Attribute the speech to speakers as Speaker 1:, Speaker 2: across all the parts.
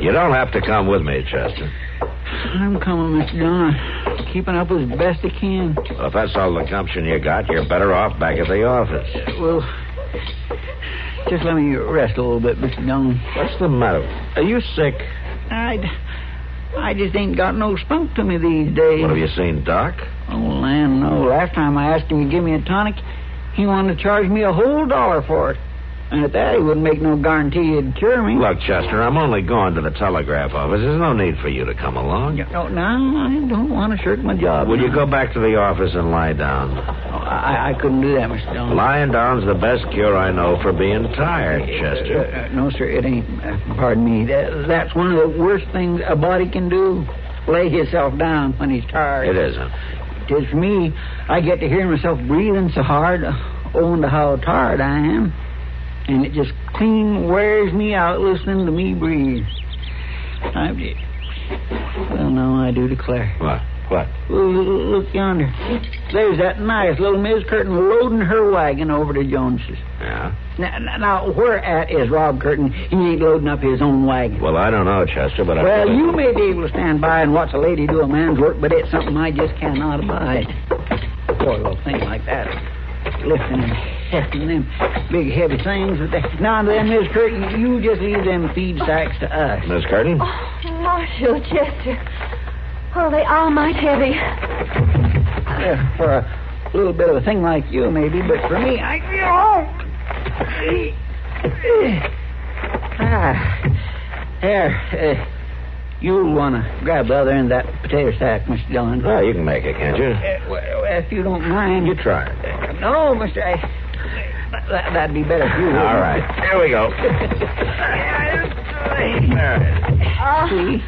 Speaker 1: You don't have to come with me, Chester.
Speaker 2: I'm coming, Mr. Dillon. Keeping up as best I can.
Speaker 1: Well, if that's all the gumption you got, you're better off back at the office.
Speaker 2: Well, just let me rest a little bit, Mr. Dillon.
Speaker 1: What's the matter? Are you sick?
Speaker 2: I, I just ain't got no spunk to me these days.
Speaker 1: What have you seen, Doc?
Speaker 2: Oh, land, no. Last time I asked him to give me a tonic, he wanted to charge me a whole dollar for it. And at that, he wouldn't make no guarantee he'd cure me.
Speaker 1: Look, Chester, I'm only going to the telegraph office. There's no need for you to come along.
Speaker 2: Oh,
Speaker 1: Uh,
Speaker 2: No, no, I don't want to shirk my job.
Speaker 1: Will you go back to the office and lie down?
Speaker 2: Oh, I, I couldn't do that, Mr. Dillon.
Speaker 1: Lying down's the best cure I know for being tired, Chester.
Speaker 2: Uh, uh, no, sir, it ain't. Uh, pardon me. That, that's one of the worst things a body can do. Lay himself down when he's
Speaker 1: It
Speaker 2: tired.
Speaker 1: isn't.
Speaker 2: Tis for me, I get to hear myself breathing so hard, uh, owing to how tired I am. And it just clean wears me out listening to me breathe. I, well, no, I do declare.
Speaker 1: What? What?
Speaker 2: Look, look yonder. There's that nice little Miss Curtin loading her wagon over to Jones's.
Speaker 1: Yeah?
Speaker 2: Now, now- now, where at is Rob Curtin? He ain't loading up his own wagon.
Speaker 1: Well, I don't know, Chester, but I.
Speaker 2: Well, you may be able to stand by and watch a lady do a man's work, but it's something I just cannot abide. Poor little thing like that. Lifting and hefting them big, heavy things. With that. Now, then, Miss Curtin, you just leave them feed sacks to us.
Speaker 1: Miss Curtin?
Speaker 3: Oh, Marshal Chester. Oh, they are might heavy.
Speaker 2: Yeah, for a little bit of a thing like you, maybe, but for me, I. Ah, there. Uh, you'll want to grab the other end of that potato sack, Mr. Dillon.
Speaker 1: Well, you can make it, can't you?
Speaker 2: Uh, well, if you don't mind.
Speaker 1: You try.
Speaker 2: No, Mr. I, that, that'd be better if you would.
Speaker 1: All right. There we go. There.
Speaker 3: Oh,
Speaker 2: See?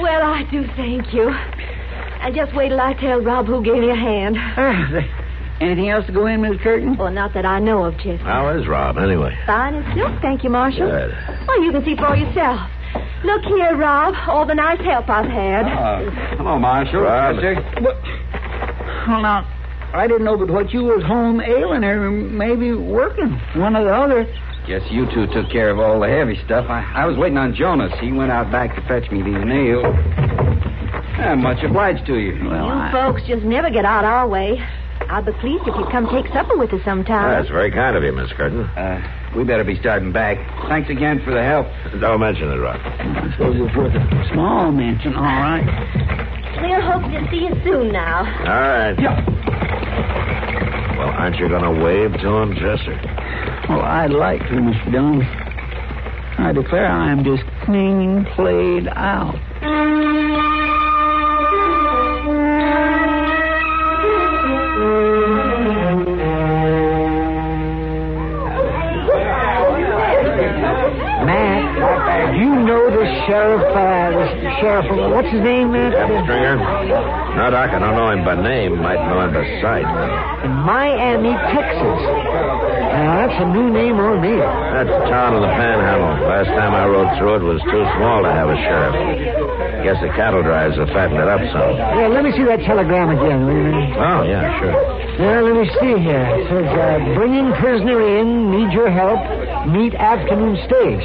Speaker 3: well, I do thank you. And just wait till I tell Rob who gave me a hand.
Speaker 2: Ah, there. Anything else to go in, Miss Curtin?
Speaker 3: Well, not that I know of, Chester.
Speaker 1: How is Rob, anyway?
Speaker 3: Fine as silk, thank you, Marshal.
Speaker 1: Good.
Speaker 3: Well, you can see for yourself. Look here, Rob, all the nice help I've had.
Speaker 2: Ah,
Speaker 1: hello, Marshal. Rob.
Speaker 2: What? Well, now, I didn't know but what you was home ailing or maybe working, one or the other.
Speaker 4: Guess you two took care of all the heavy stuff. I, I was waiting on Jonas. He went out back to fetch me these nails. I'm much obliged to you.
Speaker 2: Well,
Speaker 3: you
Speaker 2: I-
Speaker 3: folks just never get out our way. I'd be pleased if you'd come take supper with us sometime.
Speaker 1: That's very kind of you, Miss Curtin.
Speaker 4: Uh, we better be starting back. Thanks again for the help.
Speaker 1: Don't mention it, Rob.
Speaker 2: I suppose it's worth a small mention, all right.
Speaker 3: We'll hope to see you soon now.
Speaker 1: All right.
Speaker 2: Yeah.
Speaker 1: Well, aren't you going to wave to him, Chester?
Speaker 2: Well, Oh, I'd like to, Mr. Dillon. I declare I am just clean played out. Matt, you know the sheriff, uh, the sheriff, what's his name, Matt?
Speaker 5: Stringer? Not I can know him by name, might know him by sight.
Speaker 2: In Miami, Texas. Now, that's a new name on me.
Speaker 5: That's the town of the Panhandle. Last time I rode through it was too small to have a sheriff. Guess the cattle drives have fattened it up some.
Speaker 2: Yeah, let me see that telegram again, will you?
Speaker 5: Oh, yeah, sure.
Speaker 2: Now, let me see here. It says, uh, bringing prisoner in, need your help, meet afternoon stage.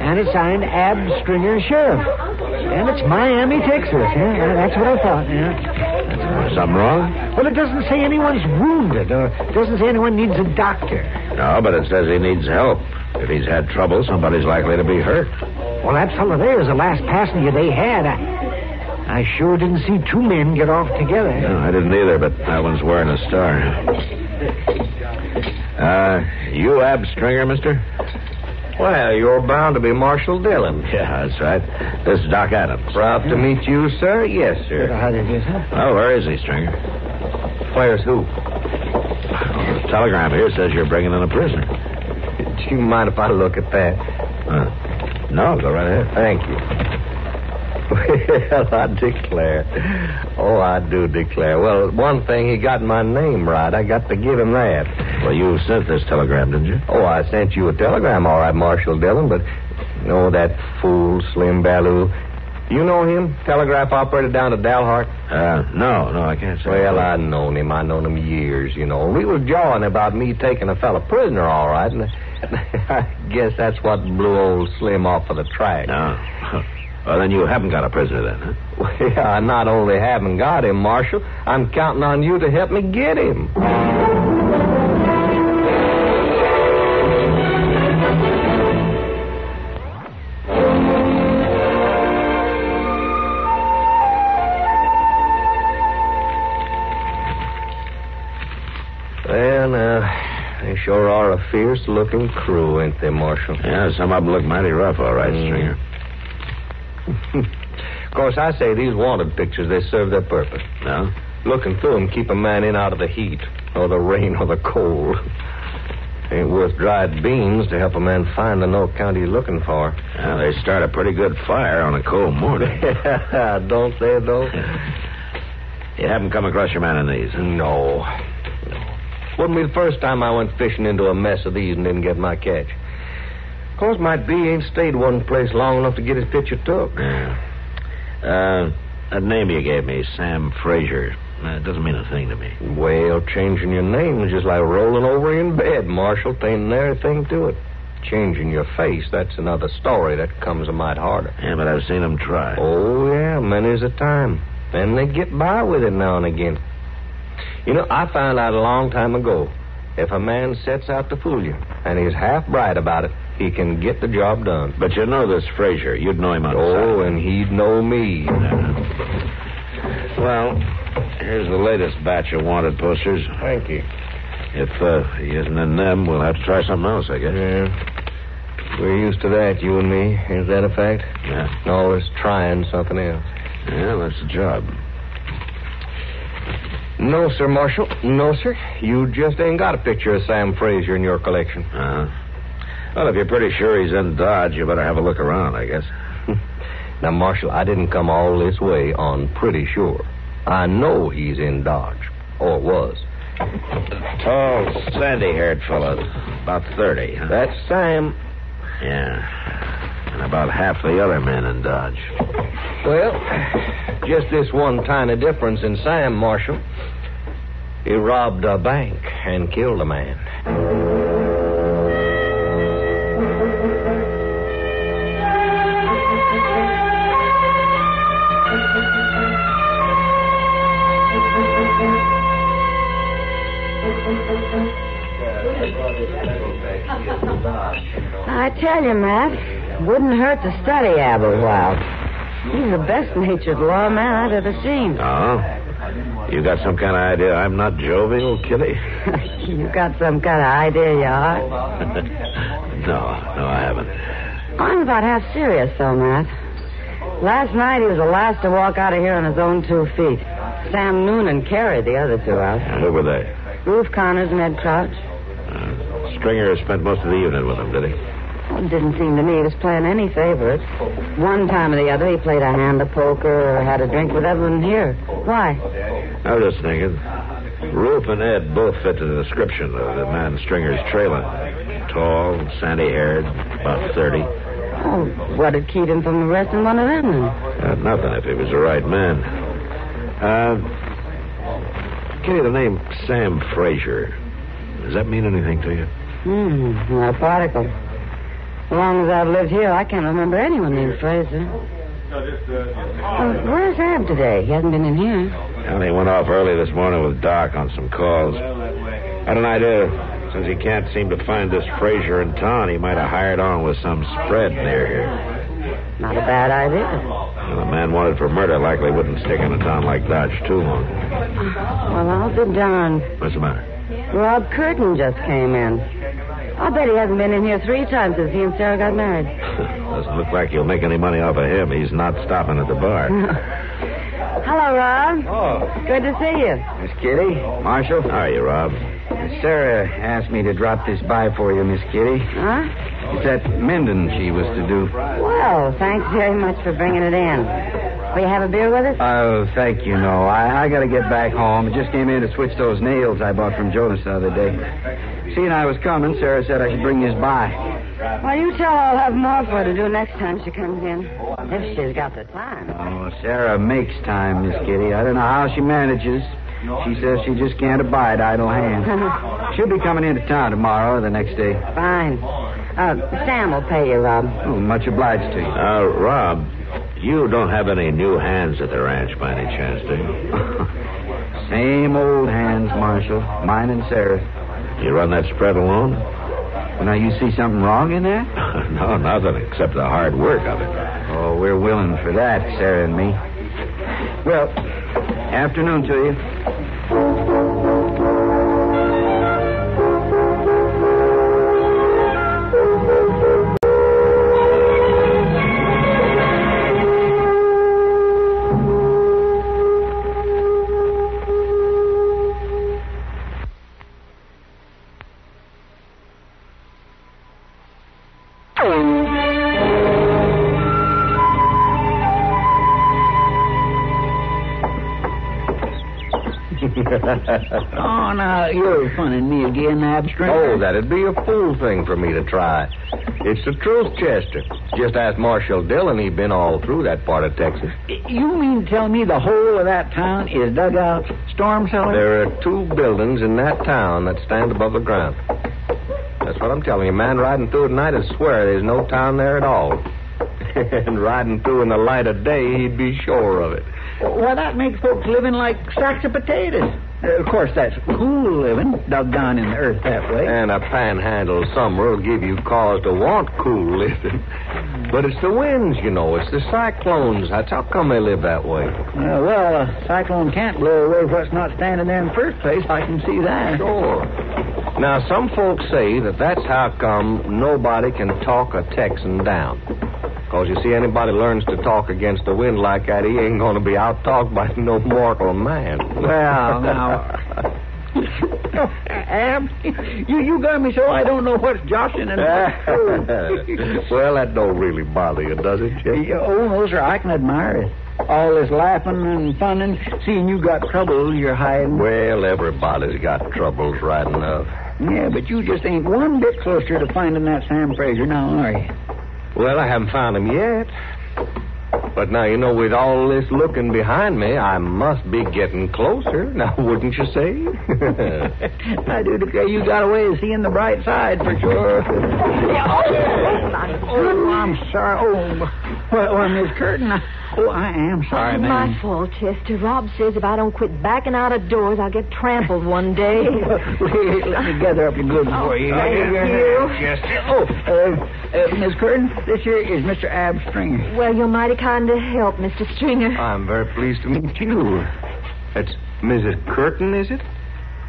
Speaker 2: And it's signed Ab Stringer Sheriff. And it's Miami, Texas. Yeah, yeah, that's what I thought. Yeah.
Speaker 5: Something wrong?
Speaker 2: Well, it doesn't say anyone's wounded or doesn't say anyone needs a doctor.
Speaker 5: No, but it says he needs help. If he's had trouble, somebody's likely to be hurt.
Speaker 2: Well, that fellow there was the last passenger they had. I, I sure didn't see two men get off together.
Speaker 5: No, I didn't either, but that one's wearing a star. Uh, you Ab Stringer, mister? Well, you're bound to be Marshal Dillon. Yeah, that's right. This is Doc Adams.
Speaker 1: Proud to meet you, sir. Yes, sir.
Speaker 2: How did this happen?
Speaker 5: Oh, where is he, Stringer?
Speaker 1: Where's who?
Speaker 5: The telegram here says you're bringing in a prisoner.
Speaker 1: Do you mind if I look at that?
Speaker 5: Huh. No, go right ahead.
Speaker 1: Thank you. Well, I declare. Oh, I do declare. Well, one thing, he got my name right. I got to give him that.
Speaker 5: Well, you sent this telegram, didn't you?
Speaker 1: Oh, I sent you a telegram, all right, Marshal Dillon, but no, that fool, Slim Ballou. You know him? Telegraph operator down at Dalhart?
Speaker 5: Uh, no, no, I can't say.
Speaker 1: Well, I known him. I known him years, you know. We was jawing about me taking a fellow prisoner, all right, and I guess that's what blew old Slim off of the track.
Speaker 5: No. Well, then you haven't got a prisoner, then, huh?
Speaker 1: Well, I not only haven't got him, Marshal, I'm counting on you to help me get him. Well, now, they sure are a fierce looking crew, ain't they, Marshal?
Speaker 5: Yeah, some of them look mighty rough, all right,
Speaker 1: Mm.
Speaker 5: Stringer.
Speaker 1: Of course, I say these wanted pictures, they serve their purpose.
Speaker 5: No?
Speaker 1: Looking through 'em keep a man in out of the heat, or the rain, or the cold. Ain't worth dried beans to help a man find the no count he's looking for.
Speaker 5: Well, they start a pretty good fire on a cold morning.
Speaker 1: Don't they, though?
Speaker 5: you haven't come across your man in these, huh?
Speaker 1: No. No. Wouldn't be the first time I went fishing into a mess of these and didn't get my catch. Of course, might be he ain't stayed one place long enough to get his picture took.
Speaker 5: Yeah. Uh, that name you gave me, Sam Fraser, uh, it doesn't mean a thing to me.
Speaker 1: Well, changing your name is just like rolling over in bed, Marshal. Tain't nary thing to it. Changing your face, that's another story that comes a mite harder.
Speaker 5: Yeah, but I've seen him try.
Speaker 1: Oh, yeah, many's a time. And they get by with it now and again. You know, I found out a long time ago if a man sets out to fool you and he's half bright about it, he can get the job done.
Speaker 5: But you know this Fraser. You'd know him outside.
Speaker 1: Oh, and he'd know me.
Speaker 5: Uh-huh. Well, here's the latest batch of wanted posters.
Speaker 1: Thank you.
Speaker 5: If uh, he isn't in them, we'll have to try something else, I guess.
Speaker 1: Yeah. We're used to that, you and me. Is that a fact?
Speaker 5: Yeah.
Speaker 1: Always trying something else.
Speaker 5: Yeah, that's the job.
Speaker 1: No, sir, Marshal. No, sir. You just ain't got a picture of Sam Fraser in your collection.
Speaker 5: Uh-huh. Well, if you're pretty sure he's in Dodge, you better have a look around, I guess.
Speaker 1: Now, Marshal, I didn't come all this way on pretty sure. I know he's in Dodge, or was.
Speaker 5: Tall, sandy-haired Oh, fellow, about 30, huh?
Speaker 1: That's Sam.
Speaker 5: Yeah. And about half the other men in Dodge.
Speaker 1: Well, just this one tiny difference in Sam, Marshal. He robbed a bank and killed a man.
Speaker 6: I tell you, Matt, wouldn't hurt to study Ab a while. He's the best natured lawman I've ever seen.
Speaker 5: Oh? You got some kind of idea I'm not jovial, Kitty?
Speaker 6: you got some kind of idea you are.
Speaker 5: no, no, I haven't.
Speaker 6: I'm about half serious, though, Matt. Last night he was the last to walk out of here on his own two feet. Sam Noonan carried the other two out.
Speaker 5: Who were they?
Speaker 6: Ruth Connors and Ed Crouch.
Speaker 5: Uh, Stringer spent most of the evening with him, did he?
Speaker 6: Well, It didn't seem to me he was playing any favorites. One time or the other, he played a hand of poker or had a drink with Evelyn here. Why?
Speaker 5: I was just thinking. Ruth and Ed both fit the description of the man Stringer's trailer. Tall, sandy haired, about 30.
Speaker 6: Oh, what had keyed him from arresting one of them? then?
Speaker 5: Uh, nothing if he was the right man. Uh, Kitty, the name Sam Fraser. Does that mean anything to you?
Speaker 6: Hmm, not a particle. As long as I've lived here, I can't remember anyone named Fraser. Uh, where's Ab today? He hasn't been in here.
Speaker 5: Well, he went off early this morning with Doc on some calls. Had an idea. Since he can't seem to find this Fraser in town, he might have hired on with some spread near here.
Speaker 6: Not a bad idea.
Speaker 5: Well, the man wanted for murder likely wouldn't stick in a town like Dodge too long.
Speaker 6: Well, I'll be darned.
Speaker 5: What's the matter?
Speaker 6: Rob Curtin just came in. I'll bet he hasn't been in here three times since he and Sarah got married.
Speaker 5: Doesn't look like you'll make any money off of him. He's not stopping at the bar.
Speaker 6: Hello, Rob.
Speaker 1: Oh,
Speaker 6: Good to see you.
Speaker 1: Miss Kitty, Marshal.
Speaker 5: How are you, Rob?
Speaker 1: Sarah asked me to drop this by for you, Miss Kitty.
Speaker 6: Huh?
Speaker 1: It's that mending she was to do.
Speaker 6: Well, thanks very much for bringing it in. Will you have a beer with us?
Speaker 1: Oh, thank you. No, I, I got to get back home. I just came in to switch those nails I bought from Jonas the other day. Seeing I was coming, Sarah said I should bring this by.
Speaker 6: Well, you tell her I'll have more for her to do next time she comes in. If she's got the time.
Speaker 1: Oh, Sarah makes time, Miss Kitty. I don't know how she manages. She says she just can't abide idle hands. She'll be coming into town tomorrow or the next day.
Speaker 6: Fine. Uh, Sam will pay you, Rob.
Speaker 1: Oh, much obliged to you.
Speaker 5: Uh, Rob, you don't have any new hands at the ranch by any chance, do
Speaker 1: Same old hands, Marshal. Mine and Sarah's.
Speaker 5: you? You run that spread alone?
Speaker 1: Now, you see something wrong in that?
Speaker 5: no, nothing except the hard work of it.
Speaker 1: Oh, we're willing for that, Sarah and me. Well, afternoon to you.
Speaker 2: Oh, now, you're funning me again, Abstract.
Speaker 1: Oh, that'd be a fool thing for me to try. It's the truth, Chester. Just ask Marshal Dillon. He'd been all through that part of Texas.
Speaker 2: You mean to tell me the whole of that town is dugouts, storm cellars?
Speaker 1: There are two buildings in that town that stand above the ground. That's what I'm telling you. A man riding through at night would swear there's no town there at all. and riding through in the light of day, he'd be sure of it.
Speaker 2: Why, that makes folks living like sacks of potatoes. Uh, of course, that's Uh, cool living, doggone in the earth that way.
Speaker 1: And a panhandle summer will give you cause to want cool living. But it's the winds, you know. It's the cyclones. That's how come they live that way.
Speaker 2: Uh, well, a cyclone can't blow away what's not standing there in the first place. I can see that.
Speaker 1: Sure. Now, some folks say that that's how come nobody can talk a Texan down. Because you see, anybody learns to talk against the wind like that, he ain't going to be out talked by no mortal man.
Speaker 2: Well, now. Ab, you, you got me so I don't know what's joshing and what's true.
Speaker 1: well, that don't really bother you, does it, Jim?
Speaker 2: Yeah, Oh, no, sir, I can admire it. All this laughing and fun and seeing you got trouble you're hiding.
Speaker 1: Well, everybody's got troubles right enough.
Speaker 2: Yeah, but you just ain't one bit closer to finding that Sam Fraser now, are you?
Speaker 1: Well, I haven't found him yet. But now, you know, with all this looking behind me, I must be getting closer. Now, wouldn't you say?
Speaker 2: I do declare you got a way of seeing the bright side for sure. oh, I'm sorry. Oh, well, well Miss Curtin, I, oh, I am sorry,
Speaker 3: My
Speaker 2: ma'am.
Speaker 3: fault, Chester. Rob says if I don't quit backing out of doors, I'll get trampled one day.
Speaker 2: Wait, Let me gather up your goods for you.
Speaker 3: Oh, thank
Speaker 2: you. Oh, uh, uh, Miss Curtin, this here is Mr. Ab Stringer.
Speaker 3: well, you're mighty kind to help, Mr. Stringer.
Speaker 1: I'm very pleased to meet you. That's Mrs. Curtin, is it?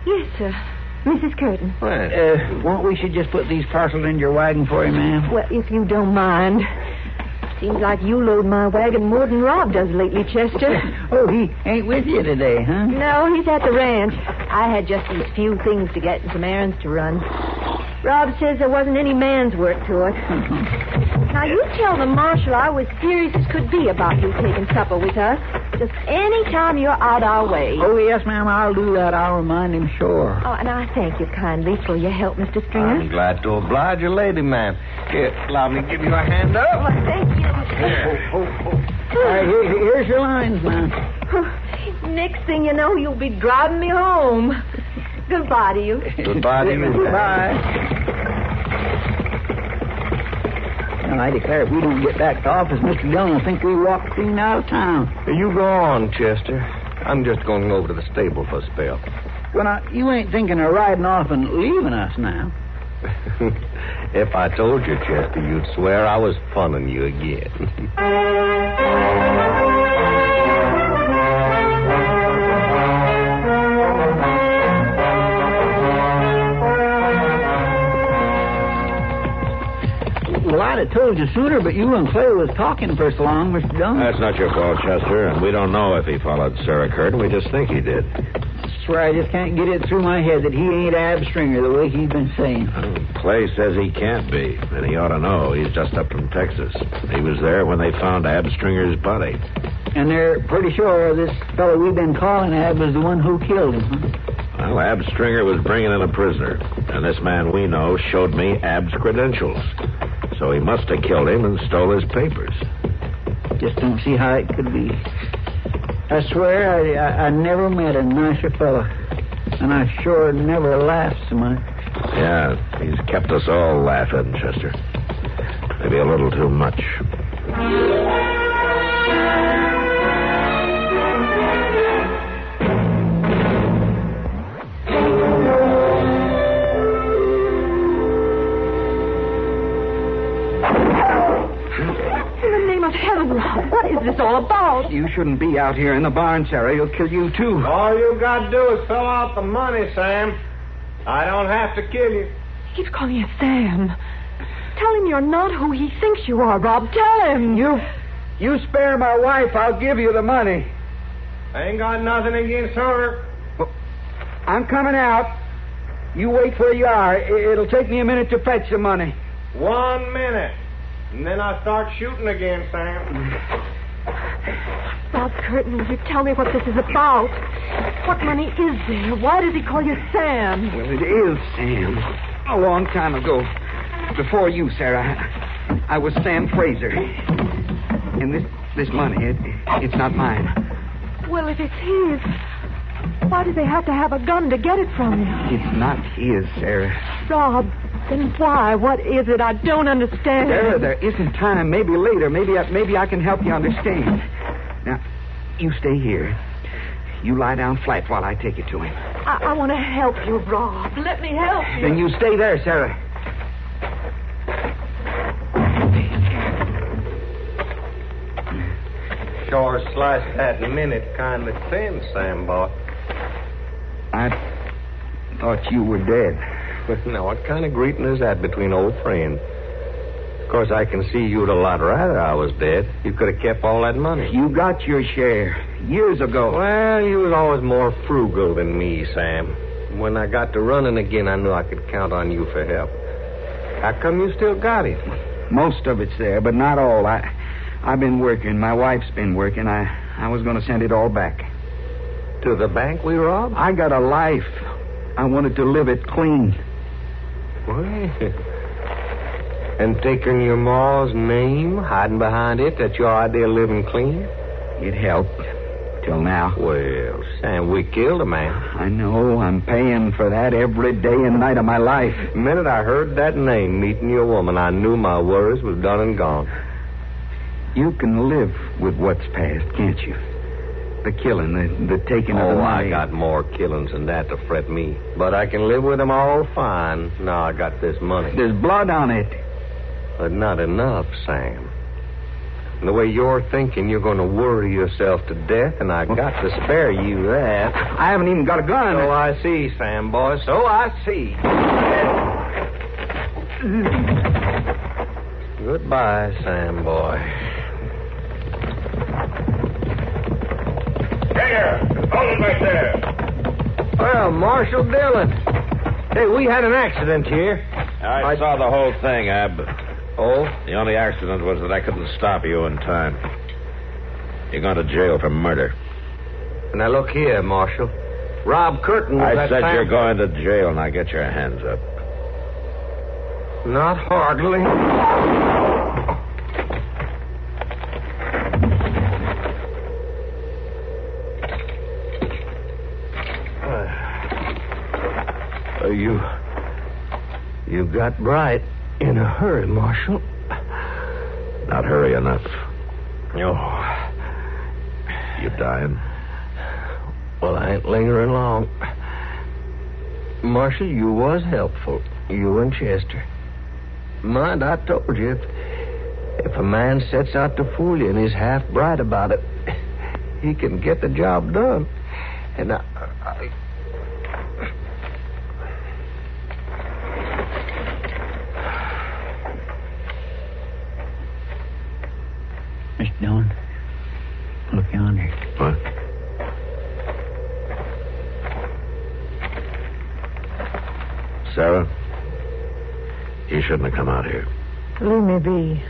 Speaker 3: yes, sir. Mrs. Curtin.
Speaker 1: Well,
Speaker 2: Uh, won't we should just put these parcels in your wagon for you, ma'am?
Speaker 3: Well, if you don't mind. Seems like you load my wagon more than Rob does lately, Chester.
Speaker 2: Oh, he ain't with you today, huh?
Speaker 3: No, he's at the ranch. I had just these few things to get and some errands to run. Rob says there wasn't any man's work to it. now, you tell the marshal I was serious as could be about you taking supper with us. Just any time you're out our way.
Speaker 2: Oh, yes, ma'am, I'll do that. I'll remind him, sure.
Speaker 3: Oh, and I thank you kindly for your help, Mr. Stringer.
Speaker 1: I'm glad to oblige you, lady, ma'am. Here, allow me to give you a hand
Speaker 3: Oh,
Speaker 1: up.
Speaker 3: thank you.
Speaker 2: All right, here, here's your lines, ma'am.
Speaker 3: Next thing you know, you'll be driving me home. Goodbye to you.
Speaker 1: Goodbye to you, ma'am.
Speaker 2: Goodbye. Well, I declare, if we don't get back to office, Mr. Dillon will think we walked clean out of town.
Speaker 1: You go on, Chester. I'm just going over to the stable for a spell.
Speaker 2: Well, now, you ain't thinking of riding off and leaving us now.
Speaker 1: if I told you, Chester, you'd swear I was funning you again.
Speaker 2: Well, I'd have told you sooner, but you and Clay was talking for so long, Mr. Dillon.
Speaker 5: That's not your fault, Chester, and we don't know if he followed Sarah Curtin. We just think he did.
Speaker 2: swear I just can't get it through my head that he ain't Ab Stringer the way he's been saying.
Speaker 5: Clay says he can't be, and he ought to know. He's just up from Texas. He was there when they found Ab Stringer's body.
Speaker 2: And they're pretty sure this fellow we've been calling Ab was the one who killed him. huh?
Speaker 5: Well, Ab Stringer was bringing in a prisoner, and this man we know showed me Ab's credentials. So he must have killed him and stole his papers.
Speaker 2: Just don't see how it could be. I swear I, I, I never met a nicer fellow. And I sure never laughed so much.
Speaker 5: Yeah, he's kept us all laughing, Chester. Maybe a little too much.
Speaker 3: In the name of heaven, Rob, what is this all about?
Speaker 2: You shouldn't be out here in the barn, Sarah. He'll kill you, too.
Speaker 1: All you got to do is fill out the money, Sam. I don't have to kill you.
Speaker 3: He keeps calling you Sam. Tell him you're not who he thinks you are, Rob. Tell him. You.
Speaker 2: You spare my wife, I'll give you the money.
Speaker 1: I ain't got nothing against her.
Speaker 2: I'm coming out. You wait where you are. I- It'll take me a minute to fetch the money.
Speaker 1: One minute. And then I start shooting again, Sam.
Speaker 3: Rob Curtin, will you tell me what this is about? What money is there? Why does he call you Sam?
Speaker 2: Well, it is Sam. A long time ago. Before you, Sarah. I was Sam Fraser. And this this money, it, it's not mine.
Speaker 3: Well, if it's his, why do they have to have a gun to get it from you?
Speaker 2: It's not his, Sarah.
Speaker 3: Rob, then why? What is it? I don't understand.
Speaker 2: Sarah, there isn't time. Maybe later. Maybe I, maybe I can help you understand. Now, you stay here. You lie down flat while I take it to him.
Speaker 3: I, I want to help you, Rob. Let me help you.
Speaker 2: Then you stay there, Sarah.
Speaker 1: Sure sliced that minute kindly thin, Sam boy.
Speaker 2: I thought you were dead.
Speaker 1: But now, what kind of greeting is that between old friends? Of course, I can see you'd a lot rather I was dead. You could have kept all that money.
Speaker 2: You got your share years ago.
Speaker 1: Well, you was always more frugal than me, Sam. When I got to running again, I knew I could count on you for help. How come you still got it?
Speaker 2: Most of it's there, but not all. I, I've been working. My wife's been working. I, I was going to send it all back.
Speaker 1: To the bank we robbed?
Speaker 2: I got a life. I wanted to live it clean.
Speaker 1: Well, and taking your ma's name, hiding behind it, that's your idea of living clean?
Speaker 2: It helped till now.
Speaker 1: Well, Sam, we killed a man.
Speaker 2: I know I'm paying for that every day and night of my life.
Speaker 1: The minute I heard that name, meeting your woman, I knew my worries was done and gone.
Speaker 2: You can live with what's past, can't you? The killing, the, the taking of
Speaker 1: oh,
Speaker 2: the
Speaker 1: I
Speaker 2: money.
Speaker 1: got more killings than that to fret me. But I can live with them all fine. Now I got this money.
Speaker 2: There's blood on it.
Speaker 1: But not enough, Sam. And the way you're thinking, you're going to worry yourself to death, and I got to spare you that.
Speaker 2: I haven't even got a gun.
Speaker 7: uh,
Speaker 1: So I see, Sam boy. So I see. Goodbye, Sam boy.
Speaker 8: Hager, hold him back there.
Speaker 1: Well, Marshal Dillon. Hey, we had an accident here. I saw the whole thing, Ab. Oh? The only accident was that I couldn't stop you in time. You're going to jail for murder.
Speaker 9: Now look here, Marshal. Rob Curtin was
Speaker 1: I
Speaker 9: that
Speaker 1: said
Speaker 9: fam-
Speaker 1: you're going to jail. Now get your hands up.
Speaker 9: Not hardly.
Speaker 1: Uh, you. You got bright in a hurry, Marshal. Not hurry enough. No. You dying? Well, I ain't lingering long.
Speaker 9: Marshal, you was helpful. You and Chester. Mind, I told you, if, if a man sets out to fool you and he's half bright about it, he can get the job done. And I. I
Speaker 7: Mr. Dillon, look yonder.
Speaker 1: What? Sarah, you shouldn't have come out here.
Speaker 3: Leave me be.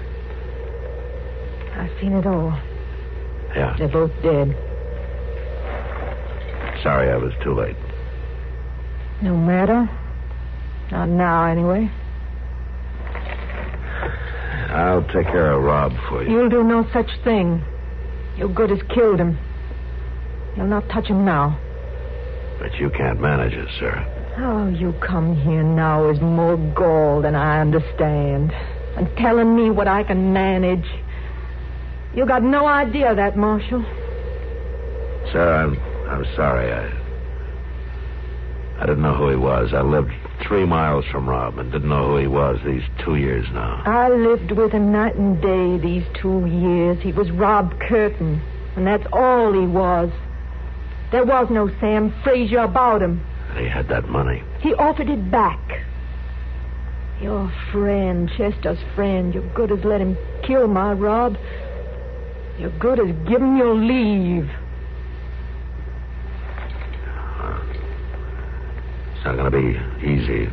Speaker 3: I've seen it all.
Speaker 1: Yeah.
Speaker 3: They're both dead.
Speaker 1: Sorry I was too late.
Speaker 3: No matter. Not now, anyway.
Speaker 1: I'll take care of Rob for you.
Speaker 3: You'll do no such thing. Your good has killed him. You'll not touch him now.
Speaker 1: But you can't manage it, Sarah.
Speaker 3: Oh, you come here now is more gall than I understand. And telling me what I can manage. You got no idea of that, Marshal.
Speaker 1: Sarah, I'm, I'm sorry. I, I didn't know who he was. I lived three miles from Rob and didn't know who he was these two years now.
Speaker 3: I lived with him night and day these two years. He was Rob Curtin, and that's all he was. There was no Sam Fraser about him.
Speaker 1: And he had that money.
Speaker 3: He offered it back. Your friend, Chester's friend, your good has let him kill my Rob. Your good has given your leave.
Speaker 1: It's not going to be easy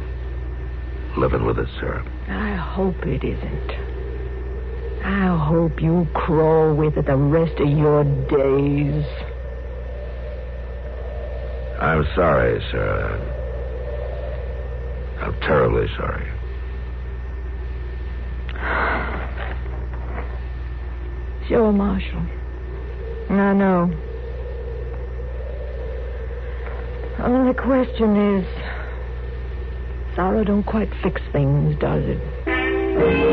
Speaker 1: living with it, Sarah.
Speaker 3: I hope it isn't. I hope you crawl with it the rest of your days.
Speaker 1: I'm sorry, Sarah. I'm terribly sorry.
Speaker 3: Sure, Marshal. I know. Only question is sorrow don't quite fix things, does it?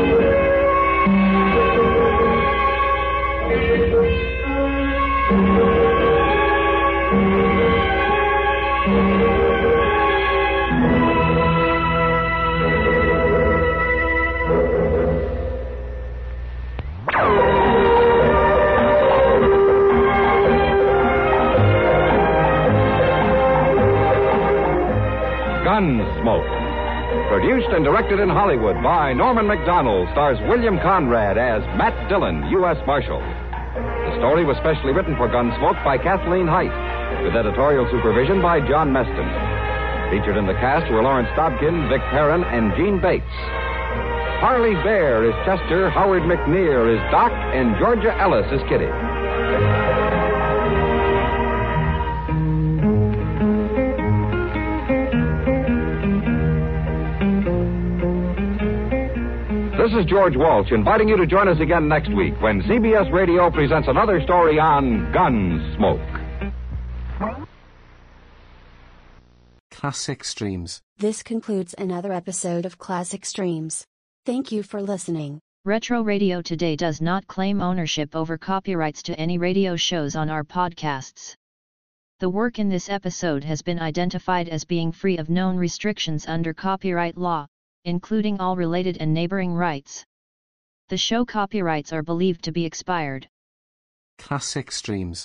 Speaker 2: Gunsmoke. Produced and directed in Hollywood by Norman McDonald, stars William Conrad as Matt Dillon, U.S. Marshal. The story was specially written for Gunsmoke by Kathleen Height, with editorial supervision by John Meston. Featured in the cast were Lawrence Dobkin, Vic Perrin, and Gene Bates. Harley Bear is Chester, Howard McNear is Doc, and Georgia Ellis is Kitty. This is George Walsh inviting you to join us again next week when CBS Radio presents another story on Gunsmoke.
Speaker 10: Classic Streams.
Speaker 11: This concludes another episode of Classic Streams. Thank you for listening.
Speaker 12: Retro Radio Today does not claim ownership over copyrights to any radio shows on our podcasts. The work in this episode has been identified as being free of known restrictions under copyright law, including all related and neighboring rights. The show copyrights are believed to be expired.
Speaker 10: Classic Streams.